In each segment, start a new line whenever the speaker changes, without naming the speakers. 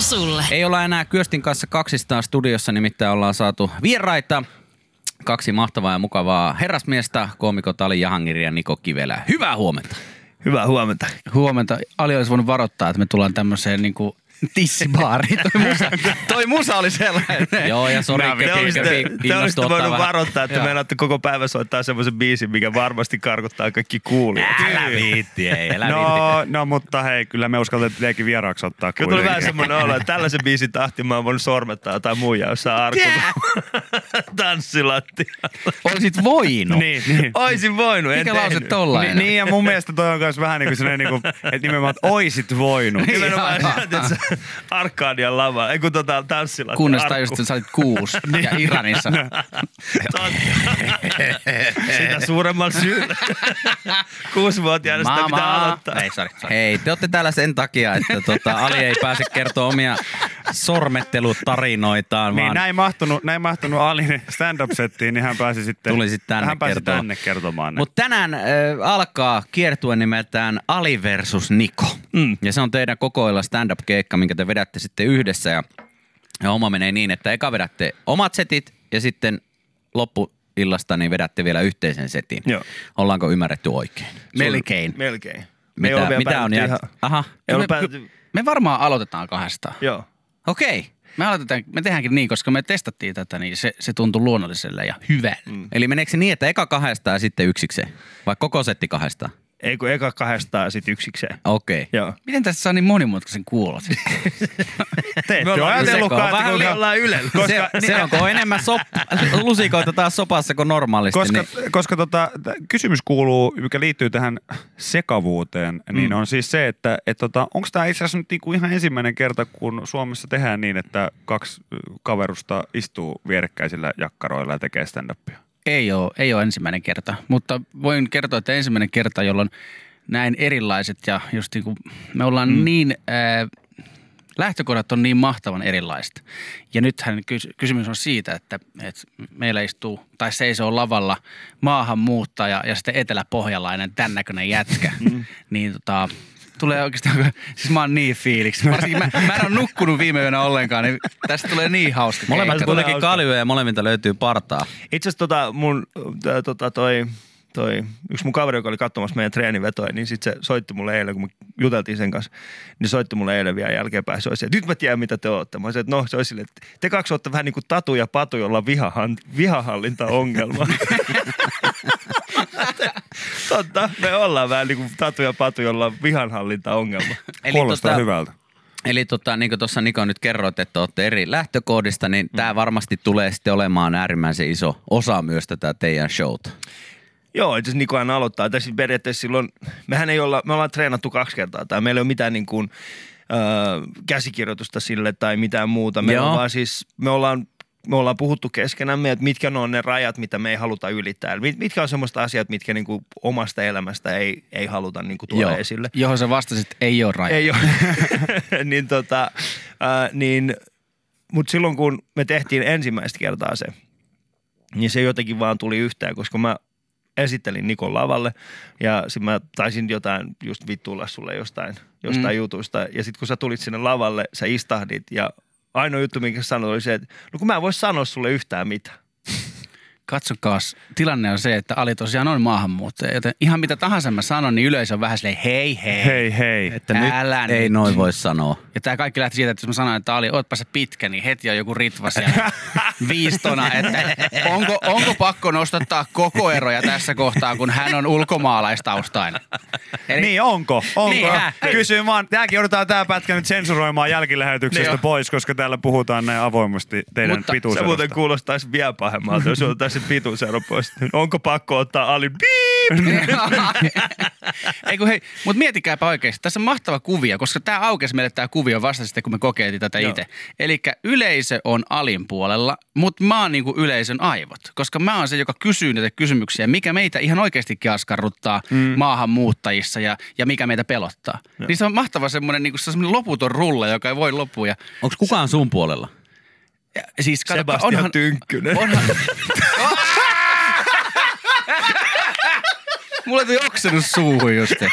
sulle.
Ei olla enää Kyöstin kanssa kaksistaan studiossa, nimittäin ollaan saatu vieraita. Kaksi mahtavaa ja mukavaa herrasmiestä, koomikot Ali Jahangiri ja Niko Kivelä. Hyvää huomenta.
Hyvää huomenta.
Huomenta. Ali olisi voinut varoittaa, että me tullaan tämmöiseen niinku tissibaariin. toi, musa, toi musa oli sellainen.
Joo, ja sori,
Te olisitte,
Kepi
te
innostui
olisitte
ottaa
voinut
vähän.
varoittaa, että meinaatte koko päivä soittaa semmoisen biisin, mikä varmasti karkottaa kaikki kuulijat.
Älä viitti, ei, älä viitti.
No, no, mutta hei, kyllä me uskaltettiin teidänkin vieraaksi ottaa
Kyllä tuli
kuitenkin.
vähän semmoinen olo, että tällaisen biisin tahti mä oon voinut sormettaa tai muija jossain arkulla. Tanssilatti.
Olisit
No.
voinut.
Niin, niin.
Oisin voinut, en
Mikä lause
tehnyt.
tollainen?
Ni- niin, ja mun mielestä toi on myös vähän niin kuin sellainen, niin kuin, että nimenomaan, että oisit voinut.
Niin. Nimenomaan sieltä Arkadian lava, ei kun tota tanssilatti.
Kunnes
arkku.
tajusit, että sä olit kuusi
Niin.
ja Iranissa.
No. Totta. Sitä suuremmalla syyllä. Kuusivuotiaana sitä pitää aloittaa.
Ei, sorry. sorry.
Hei, te olette täällä sen takia, että tota, Ali ei pääse kertoa omia sormettelutarinoitaan,
Niin,
vaan
näin mahtunut, näin mahtunut Alin stand-up-settiin, niin hän pääsi sitten
tuli sitten tänne
hän pääsi
kertomaan.
tänne kertomaan. ne.
Mutta tänään äh, alkaa kiertue nimeltään Ali versus Niko. Mm. Ja se on teidän kokoilla stand-up-keikka, minkä te vedätte sitten yhdessä. Ja, ja oma menee niin, että eka vedätte omat setit ja sitten loppuillasta niin vedätte vielä yhteisen setin.
Joo.
Ollaanko ymmärretty oikein? Melkein.
Melkein. Me ei olla
Mitä,
vielä
mitä on
päädytty
jäänyt?
ihan-
Aha.
Ei ole
Me-
päädytty-
Me varmaan aloitetaan kahdestaan.
Joo.
Okei. Okay.
Me, aloitetaan, me tehdäänkin niin, koska me testattiin tätä, niin se, se tuntui luonnolliselle ja hyvälle. Mm.
Eli meneekö se niin, että eka kahdesta ja sitten yksikseen? Vai koko setti kahdesta?
Ei kun eka kahdestaan ja sit yksikseen.
Okei. Okay.
Joo.
Miten tästä saa niin monimutkaisen kuulla?
Te ette
Me
ole
ollaan
ajatellutkaan,
Ylellä.
No että
Vähän
kuinka-
ollaan ylellä.
Se,
koska,
se onko enemmän sop, lusikoita taas sopassa kuin normaalisti?
koska,
niin...
koska tota, t- kysymys kuuluu, mikä liittyy tähän sekavuuteen, niin on siis se, että et tota, onko tämä itse asiassa nyt niinku ihan ensimmäinen kerta, kun Suomessa tehdään niin, että kaksi ö, kaverusta istuu vierekkäisillä jakkaroilla ja tekee stand-upia?
Ei ole, ei ole ensimmäinen kerta, mutta voin kertoa, että ensimmäinen kerta, jolloin näin erilaiset ja just niin kuin me ollaan mm. niin, äh, lähtökohdat on niin mahtavan erilaiset. Ja nythän kys- kysymys on siitä, että, että meillä istuu tai seisoo lavalla maahanmuuttaja ja sitten eteläpohjalainen tämän näköinen jätkä, niin tota, Tulee oikeastaan, siis mä oon niin fiiliksi. Varsinkin mä, mä en ole nukkunut viime yönä ollenkaan, niin tästä tulee niin hauska.
Molemmat
keikka.
kuitenkin kaljuja ja molemmilta löytyy partaa.
Itse asiassa tota mun, tää, tota toi, toi, yksi mun kaveri, joka oli katsomassa meidän treenivetoja, niin sit se soitti mulle eilen, kun me juteltiin sen kanssa, niin soitti mulle eilen vielä jälkeenpäin. Se oli se, että nyt mä tiedän, mitä te ootte. Mä olisin, että no, se oli silleen, että te kaksi ootte vähän niin kuin Tatu ja Patu, jolla on vihahan, vihahallintaongelma. Totta, me ollaan vähän niin kuin Tatu ja Patu, jolla on vihanhallintaongelma.
Kuulostaa hyvältä.
Eli tota, niin kuin tuossa Niko nyt kerroit, että olette eri lähtökohdista, niin tämä varmasti tulee sitten olemaan äärimmäisen iso osa myös tätä teidän showta.
Joo, itse asiassa Niko aina aloittaa. Tässä periaatteessa silloin, mehän ei olla, me ollaan treenattu kaksi kertaa tai meillä ei ole mitään niin kuin, ö, käsikirjoitusta sille tai mitään muuta. Me,
Joo.
on vaan siis, me ollaan me ollaan puhuttu keskenämme, että mitkä ne on ne rajat, mitä me ei haluta ylittää. Eli mit- Mitkä on semmoista asiat, mitkä niinku omasta elämästä ei, ei haluta niinku tuoda
Joo.
esille.
Johon sä vastasit, ei ole raja.
Ei ole. niin tota, äh, niin, mutta silloin kun me tehtiin ensimmäistä kertaa se, niin se jotenkin vaan tuli yhteen, koska mä esittelin Nikon lavalle ja sit mä taisin jotain just vittuilla sulle jostain, jostain mm. jutuista. Ja sitten kun sä tulit sinne lavalle, sä istahdit ja ainoa juttu, minkä sä sanoit, oli se, että no kun mä en voi sanoa sulle yhtään mitään.
katsokaas, tilanne on se, että Ali tosiaan on maahanmuuttaja, joten ihan mitä tahansa mä sanon, niin yleisö on vähän silleen hei hei.
Hei, hei.
Että nyt
Älä
ei
nyt.
noin voi sanoa.
Ja tämä kaikki lähti siitä, että jos mä sanoin, että Ali, ootpa se pitkä, niin heti on joku ritva siellä viistona, että onko, onko pakko nostattaa koko eroja tässä kohtaa, kun hän on ulkomaalaistaustainen. Eli
Niin, onko? Onko?
Niin, häh?
Kysyn vaan. Tämäkin joudutaan tämä pätkä nyt sensuroimaan jälkilähetyksestä
Niin
niin pois, koska täällä puhutaan näin avoimesti teidän
Se
Mutta
muuten
pituuserosta.
kuulostaisi vielä pahemmalta, jos otettaisiin se pituusero pois. Onko pakko ottaa alin? Piip!
Ei kun hei, mutta mietikääpä oikeasti. Tässä on mahtava kuvio, koska tämä aukesi meille tämä kuvio vasta sitten, kun me kokeiltiin tätä
Joo.
itse. Eli yleisö on alin puolella, mutta mä oon niinku yleisön aivot. Koska mä oon se, joka kysyy näitä kysymyksiä, mikä meitä ihan oikeastikin askarruttaa mm. maahanmuuttajissa ja, ja mikä meitä pelottaa. Joo. Niin se on mahtava semmoinen niinku, se on semmoinen loputon rulla, joka ei voi loppua. Ja,
Onko kukaan sun puolella?
ja, siis katsokka,
Sebastian Tynkkynen.
Onhan... Mulla tuli oksennus suuhun justiin.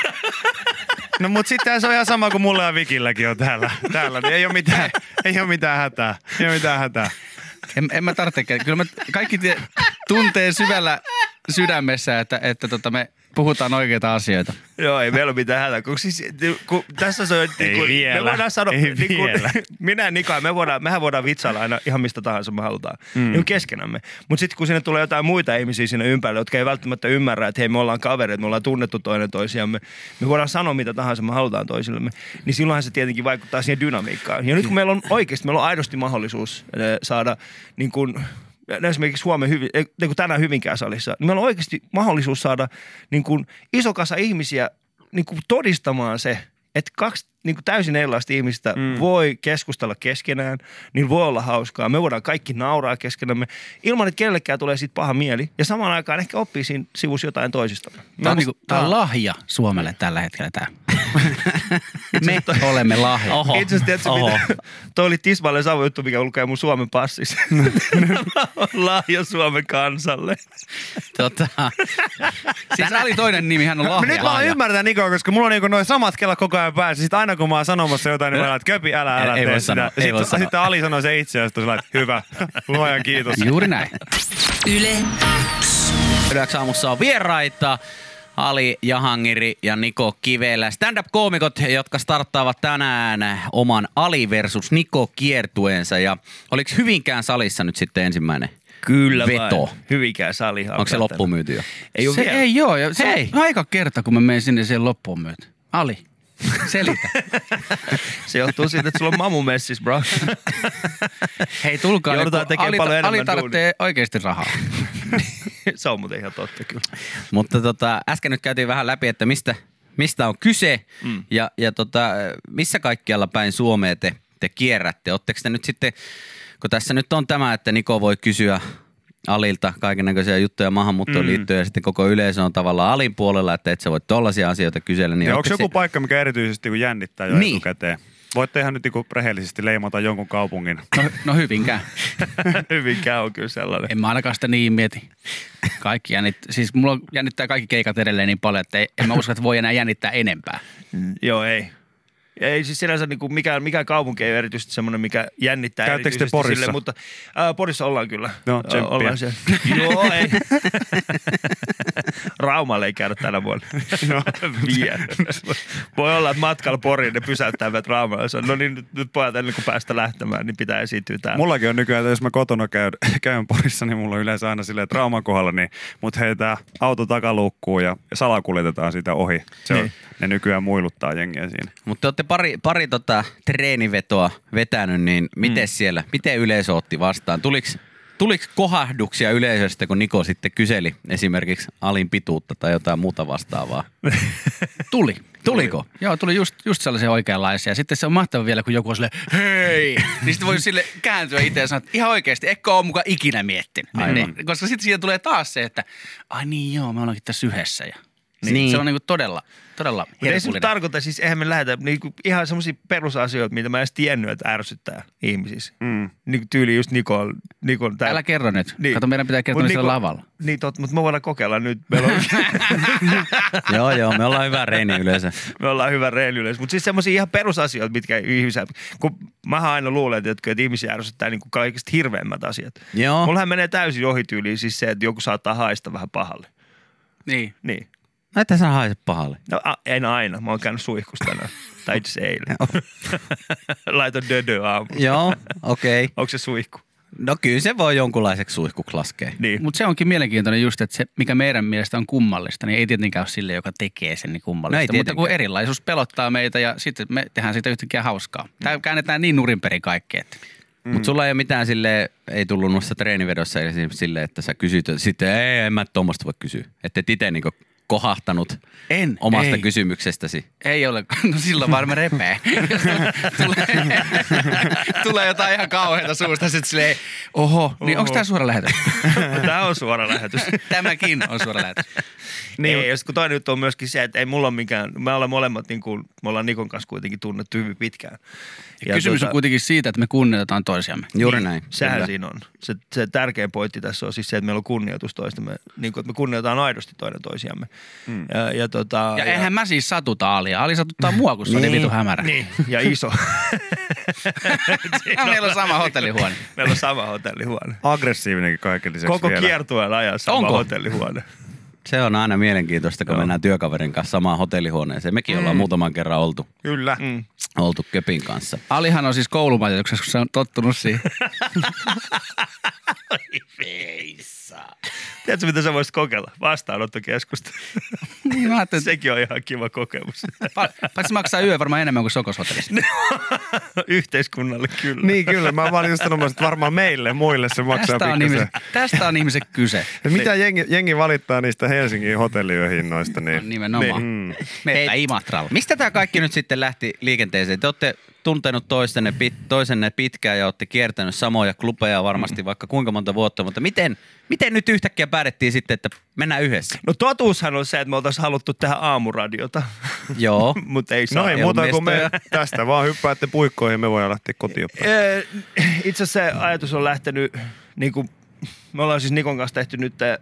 No mut sitten se on ihan sama kuin mulla ja Vikilläkin on täällä. täällä niin ei ole mitään, Ei ole mitään hätää. Ei ole mitään hätää.
En, en mä tarvitse. ker- Kyllä mä kaikki tie, tuntee syvällä sydämessä, että, että tota me puhutaan oikeita asioita.
Joo, ei meillä ole mitään hätää. Kun siis, kun tässä se on, niin kun,
vielä.
me voidaan sanoa,
Ei
niin kun,
vielä.
minä ja Niko, me voidaan, mehän voidaan vitsailla aina ihan mistä tahansa me halutaan. Mm. Niin keskenämme. Mutta sitten kun sinne tulee jotain muita ihmisiä sinne ympärille, jotka ei välttämättä ymmärrä, että hei me ollaan kavereita, me ollaan tunnettu toinen toisiamme. Me voidaan sanoa mitä tahansa me halutaan toisillemme. Niin silloinhan se tietenkin vaikuttaa siihen dynamiikkaan. Ja nyt kun meillä on oikeasti, meillä on aidosti mahdollisuus eh, saada niin kun, ja esimerkiksi Suomen hyvin, ei, niin kuin tänään Hyvinkään salissa, niin meillä on oikeasti mahdollisuus saada niin kuin iso kasa ihmisiä niin kuin todistamaan se, että kaksi niin kuin täysin erilaista ihmistä mm. voi keskustella keskenään, niin voi olla hauskaa. Me voidaan kaikki nauraa keskenämme ilman, että kellekään tulee siitä paha mieli. Ja samaan aikaan ehkä oppii siinä sivussa jotain toisista.
Tämä on, niinku, tää on lahja Suomelle tällä hetkellä tämä. Me olemme lahja.
Oho.
Itse asiassa tiedätkö,
Oho.
mitä? Toi oli tismalleen sama juttu, mikä lukee mun Suomen passissa. Lahja Suomen kansalle.
Tota,
Siis oli toinen nimi, hän on
Lahja,
lahja.
Nyt mä ymmärrän Nikoa, koska mulla on niinku noin samat kello koko ajan päässä. Sitten aina kun mä oon sanomassa jotain, niin mä laitan, että köpi, älä, älä
Ei- ei
tee
voi
sitä.
sanoa, ei
sitten,
voi sanoa.
sitten Ali sanoi se itse ja sitten sillä lailla, että hyvä, luojan kiitos.
Juuri näin.
Yle X.
Yleensä aamussa on vieraita. Ali Jahangiri ja Niko Kivelä. Stand-up-koomikot, jotka starttaavat tänään oman Ali versus Niko kiertueensa. Ja oliko Hyvinkään salissa nyt sitten ensimmäinen?
Kyllä
Veto.
Vain. Hyvinkään sali.
Onko se loppumyyty jo?
Ei ole
se
vielä.
ei joo. Ja se
Hei.
on aika kerta, kun mä menen sinne sen loppuun myötä. Ali, selitä.
Se johtuu siitä, että sulla on mamu messis, bro.
Hei, tulkaa.
Joudutaan
kun
tekemään
Ali,
paljon enemmän
Ali tarvitsee oikeasti rahaa.
se on muuten ihan totta kyllä.
Mutta tota, äsken nyt käytiin vähän läpi, että mistä, mistä on kyse mm. ja, ja tota, missä kaikkialla päin Suomea te, te kierrätte. Oletteko te nyt sitten, kun tässä nyt on tämä, että Niko voi kysyä Alilta kaikennäköisiä juttuja maahanmuuttoon mm. liittyen ja sitten koko yleisö on tavallaan Alin puolella, että et sä voi tollaisia asioita kysellä. Niin
Ja onko
ootteks
joku
te-
paikka, mikä erityisesti niinku jännittää jo
Niin.
etukäteen? Voitte ihan nyt niinku rehellisesti leimata jonkun kaupungin.
No, no hyvinkään.
Hyvinkään on kyllä sellainen.
En mä ainakaan sitä niin mieti. Kaikki jännit, siis mulla jännittää kaikki keikat edelleen niin paljon, että ei- en mä usko, että voi enää jännittää enempää.
Joo, ei. Ei siis sinänsä niin kuin mikään, mikään kaupunki ei ole erityisesti semmoinen, mikä jännittää
Käyttekö te
erityisesti
Porissa?
Sille, mutta ää, Porissa ollaan kyllä.
No,
Ää,
tsemppiä.
ollaan siellä. Joo, ei. Raumalle ei käydä tänä vuonna.
No.
Vielä. Voi olla, että matkalla Poriin ne pysäyttävät Raumalle. Se on, No niin, nyt, nyt pojat ennen kuin päästä lähtemään, niin pitää esiintyä täällä.
Mullakin on nykyään, että jos mä kotona käyn, käyn Porissa, niin mulla on yleensä aina silleen trauman kohdalla, niin mut heitää auto takaluukkuun ja salakuljetetaan siitä ohi. Se on,
Niin.
ne nykyään muiluttaa jengiä siinä.
Mutta te olette pari, pari tota, treenivetoa vetänyt, niin miten mm. siellä, miten yleisö otti vastaan? Tuliks, tuliks kohahduksia yleisöstä, kun Niko sitten kyseli esimerkiksi alin pituutta tai jotain muuta vastaavaa?
Tuli.
Tuliko?
Joo, tuli just, just sellaisia oikeanlaisia. Ja Sitten se on mahtava vielä, kun joku on silleen, hei! Niin sitten voi sille kääntyä itse ja sanoa, että ihan oikeasti, etkö ole mukaan ikinä miettinyt.
Aivan.
Niin, koska sitten siihen tulee taas se, että ai niin joo, me ollaankin tässä yhdessä. Ja niin.
Niin.
Se on niinku todella, todella
Mutta ei se nyt
herkullinen.
tarkoita, siis eihän me lähetä niinku ihan semmoisia perusasioita, mitä mä en edes tiennyt, että ärsyttää ihmisissä. Mm. Niinku tyyli just Nikol, Nikol tää-
Älä kerro nyt. Niin. Kato, meidän pitää kertoa
Mut
niistä lavalla.
Niin totta, mutta me voidaan kokeilla nyt. Meillä on,
joo, joo, me ollaan hyvä reini yleensä.
me ollaan hyvä reili yleensä. Mutta siis semmoisia ihan perusasioita, mitkä ihmisiä... Kun mä aina luulen, että, jotka- että ihmisiä ärsyttää niin kaikista hirveämmät asiat.
Joo.
Mullahan menee täysin ohityyliin siis se, että joku saattaa haista vähän pahalle.
Niin.
Niin.
No et sä haise pahalle.
No, a, en aina. Mä oon käynyt suihkussa tänään. tai itse asiassa eilen. Laitoin dödö aamulla.
joo, okei. Okay.
Onko se suihku?
No kyllä se voi jonkunlaiseksi suihkuksi laskea.
Niin.
Mutta se onkin mielenkiintoinen just, että se, mikä meidän mielestä on kummallista, niin ei tietenkään ole sille, joka tekee sen niin
No ei
kummallista. Mutta kun
tietenkään.
erilaisuus pelottaa meitä ja sitten me tehdään siitä yhtäkkiä hauskaa. Tämä käännetään niin nurinperin kaikki, että
Mm. Mutta sulla ei ole mitään sille ei tullut noissa treenivedossa esimerkiksi sille, että sä kysyt, sitten ei, en mä tuommoista voi kysyä. Että et itse niinku kohahtanut
En,
omasta
ei.
kysymyksestäsi.
ei ole, no silloin varmaan repee. Jos tulee, tulee jotain ihan kauheata suusta, sitten silleen, oho, niin onko tämä suora lähetys?
Tämä on suora lähetys.
Tämäkin on suora lähetys.
Niin. Ei, jos kun toinen juttu on myöskin se, että ei mulla ole mikään, me ollaan molemmat, niin kuin, me ollaan Nikon kanssa kuitenkin tunnettu hyvin pitkään. Ja
Kysymys on
tuota,
kuitenkin siitä, että me kunnioitetaan toisiamme.
Juuri näin.
Sehän
kyllä.
Kyllä. siinä on. Se, se tärkein pointti tässä on siis se, että meillä on kunnioitus toistamme, niin kuin, että me kunnioitetaan aidosti toinen toisiamme. Mm. Ja, ja, tota,
Ja eihän mä siis satuta Alia. Ali satuttaa mua, kun se on niin
Niin.
vitu hämärä.
Niin, ja iso.
Meillä on sama hotellihuone.
Meillä on sama hotellihuone.
Aggressiivinenkin kaiken lisäksi
Koko
vielä.
kiertueen ajan sama
Onko?
hotellihuone.
Se on aina mielenkiintoista, kun mennään työkaverin kanssa samaan hotellihuoneeseen. Mekin ollaan muutaman kerran oltu,
Kyllä.
Mm.
oltu Köpin kanssa.
Alihan on siis koulumajoituksessa, kun se on tottunut siihen.
Tiedätkö, mitä sä voisit kokeilla? Vastaanottokeskustelu.
niin mä ajattelin,
Sekin on ihan kiva kokemus.
pa- paitsi maksaa yö varmaan enemmän kuin Sokoshotellissa.
Yhteiskunnalle kyllä.
Niin kyllä, mä vaan just sanomassa, että varmaan meille muille se maksaa
Tästä on,
pikkasen.
ihmisen, tästä on ihmisen kyse.
Ja Mitä jengi, jengi valittaa niistä Helsingin hotelliyöhinnoista, niin
No, Nimenomaan.
Mm.
Meitä
Hei,
Imatralla.
Mistä tämä kaikki nyt sitten lähti liikenteeseen? Te olette tuntenut toisenne, pit, toisenne pitkään ja olette kiertänyt samoja klubeja varmasti vaikka kuinka monta vuotta, mutta miten, miten nyt yhtäkkiä päätettiin sitten, että mennään yhdessä?
No totuushan on se, että me oltaisiin haluttu tähän aamuradiota,
Joo.
mutta ei saa.
no ei muuta kuin me
mestoja.
tästä vaan hyppäätte puikkoihin, me voidaan lähteä kotiin päin.
Ö, Eh, Itse asiassa se ajatus on lähtenyt, niin kuin, me ollaan siis Nikon kanssa tehty nyt tää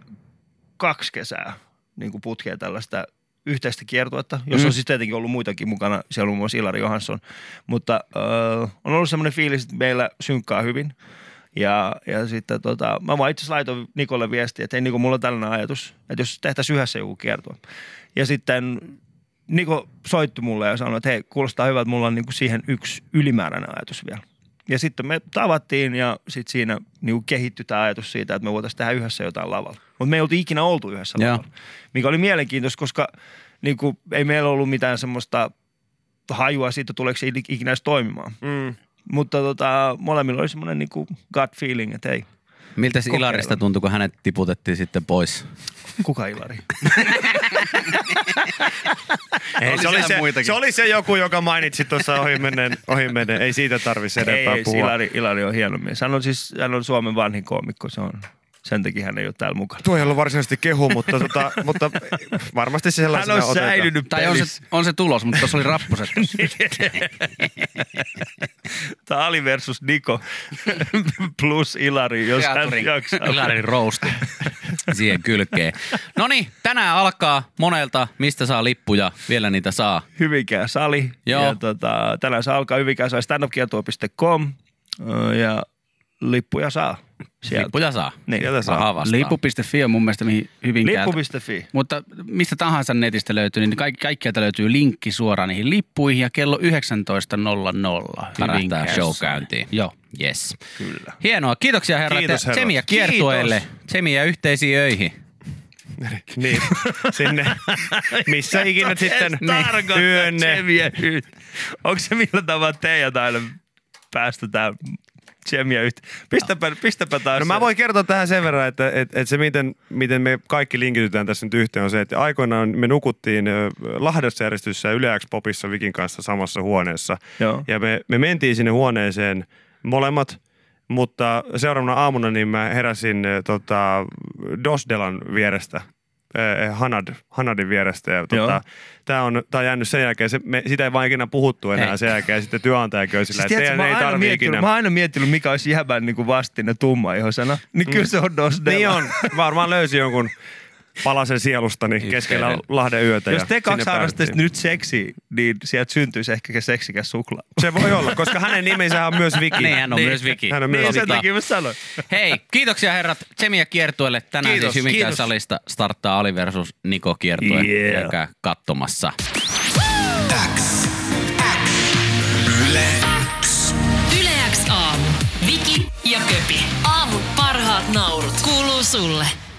kaksi kesää niin kuin putkea tällaista yhteistä kiertuetta, jos on siis tietenkin ollut muitakin mukana, siellä on muun muassa Ilari Johansson, mutta ö, on ollut semmoinen fiilis, että meillä synkkaa hyvin. Ja, ja sitten tota, mä vaan itse asiassa laitoin Nikolle viestiä, että hei Niko, mulla on tällainen ajatus, että jos tehtäisiin yhdessä joku kiertue. Ja sitten Niko niinku soitti mulle ja sanoi, että hei, kuulostaa hyvältä, mulla on niinku siihen yksi ylimääräinen ajatus vielä. Ja sitten me tavattiin ja sitten siinä niinku kehittyi tämä ajatus siitä, että me voitaisiin tehdä yhdessä jotain lavalla. Mutta me ei oltu ikinä oltu yhdessä
Joo.
lavalla, mikä oli mielenkiintoista, koska niinku, ei meillä ollut mitään semmoista hajua siitä, tuleeko se ikinä edes toimimaan.
Mm.
Mutta tota, molemmilla oli semmoinen niinku gut feeling, että ei.
Miltä se
Kokeillaan.
Ilarista tuntui, kun hänet tiputettiin sitten pois?
Kuka Ilari?
Ei, se, oli
siellä
se,
muitakin.
se oli se joku, joka mainitsi tuossa ohi menneen, ohi menneen. Ei siitä tarvitse enempää
ei, siis
puhua.
Ilari, Ilari on hieno mies. Hän on siis hän on Suomen vanhin koomikko, se on. Sen takia hän ei ole täällä mukana.
Tuo ei ollut varsinaisesti kehu, mutta, tota, mutta varmasti se
Hän
sellaisena
on
otetaan.
säilynyt
Tai on se, on se tulos, mutta tuossa oli rappuset. tossa.
Tämä Ali versus Niko plus Ilari, jos hän
Teaturin
jaksaa.
Hilarin rousti.
siihen kylkeen. No niin, tänään alkaa monelta, mistä saa lippuja, vielä niitä saa.
Hyvinkää sali.
Joo.
Ja tota, tänään se alkaa Hyvinkää sali standupkiertuo.com Ö, ja lippuja saa sieltä.
Lippuja saa.
Niin.
Sieltä saa.
Rahaa vastaan.
Lippu.fi on mun mielestä mihin hyvin
Lippu.fi.
Mutta mistä tahansa netistä löytyy, niin kaikki, kaikkialta löytyy linkki suoraan niihin lippuihin ja kello 19.00.
Pärähtää
Hyvinkäässä.
show käyntiin.
Joo.
Yes.
Kyllä.
Hienoa. Kiitoksia herrat.
Kiitos, herrat.
Tsemiä kiertueelle. Tsemiä yhteisiin öihin.
Niin, sinne, missä ikinä sitten
Tarkoittaa
yönne.
Jemiä yht. Onko se millä tavalla teidät aina päästetään Jemiä yht? Pistäpä, pistäpä taas.
No mä voin kertoa tähän sen verran, että, että, että se miten, miten me kaikki linkitytään tässä nyt yhteen on se, että aikoinaan me nukuttiin ö, Lahdessa järjestyssä ja Yle X Popissa Vikin kanssa samassa huoneessa.
Joo.
Ja me, me mentiin sinne huoneeseen molemmat, mutta seuraavana aamuna niin mä heräsin ö, tota, Dosdelan vierestä. ö, Hanad, Hanadin vierestä. Ja,
Joo.
tota, tämä on, tää on jäänyt sen jälkeen, se, me, sitä ei vaan ikinä puhuttu enää sen jälkeen. Sitten työnantajakin oli sillä,
Siis
että
tiedätkö, mä,
teidän ei
oon aina
tarvitse
miettinyt,
ikinä.
mä oon aina miettinyt, mikä olisi jäbän niin vastine tumma ihosana. Niin kyllä se on Dos Della.
Niin on. Varmaan löysi jonkun palasen sielustani keskellä Lahden yötä.
Jos
ja
te kaksi
sinne
harrastaisitte
päädyttiin.
nyt seksi, niin sieltä syntyisi ehkä seksikäs suklaa.
Se voi olla, koska hänen nimensä on myös Viki.
Niin, hän on myös Viki.
Hän on myös
Niin
Viki.
sen takia mä sanoin.
Hei, kiitoksia herrat. Tsemiä kiertueelle. Tänään
Kiitos,
siis Hyvinkään
kiitos.
salista starttaa Ali versus Niko kiertue.
Yeah.
Käykää katsomassa.
Yle X aamu. Viki ja Köpi. Aamun parhaat naurut. Kuuluu sulle.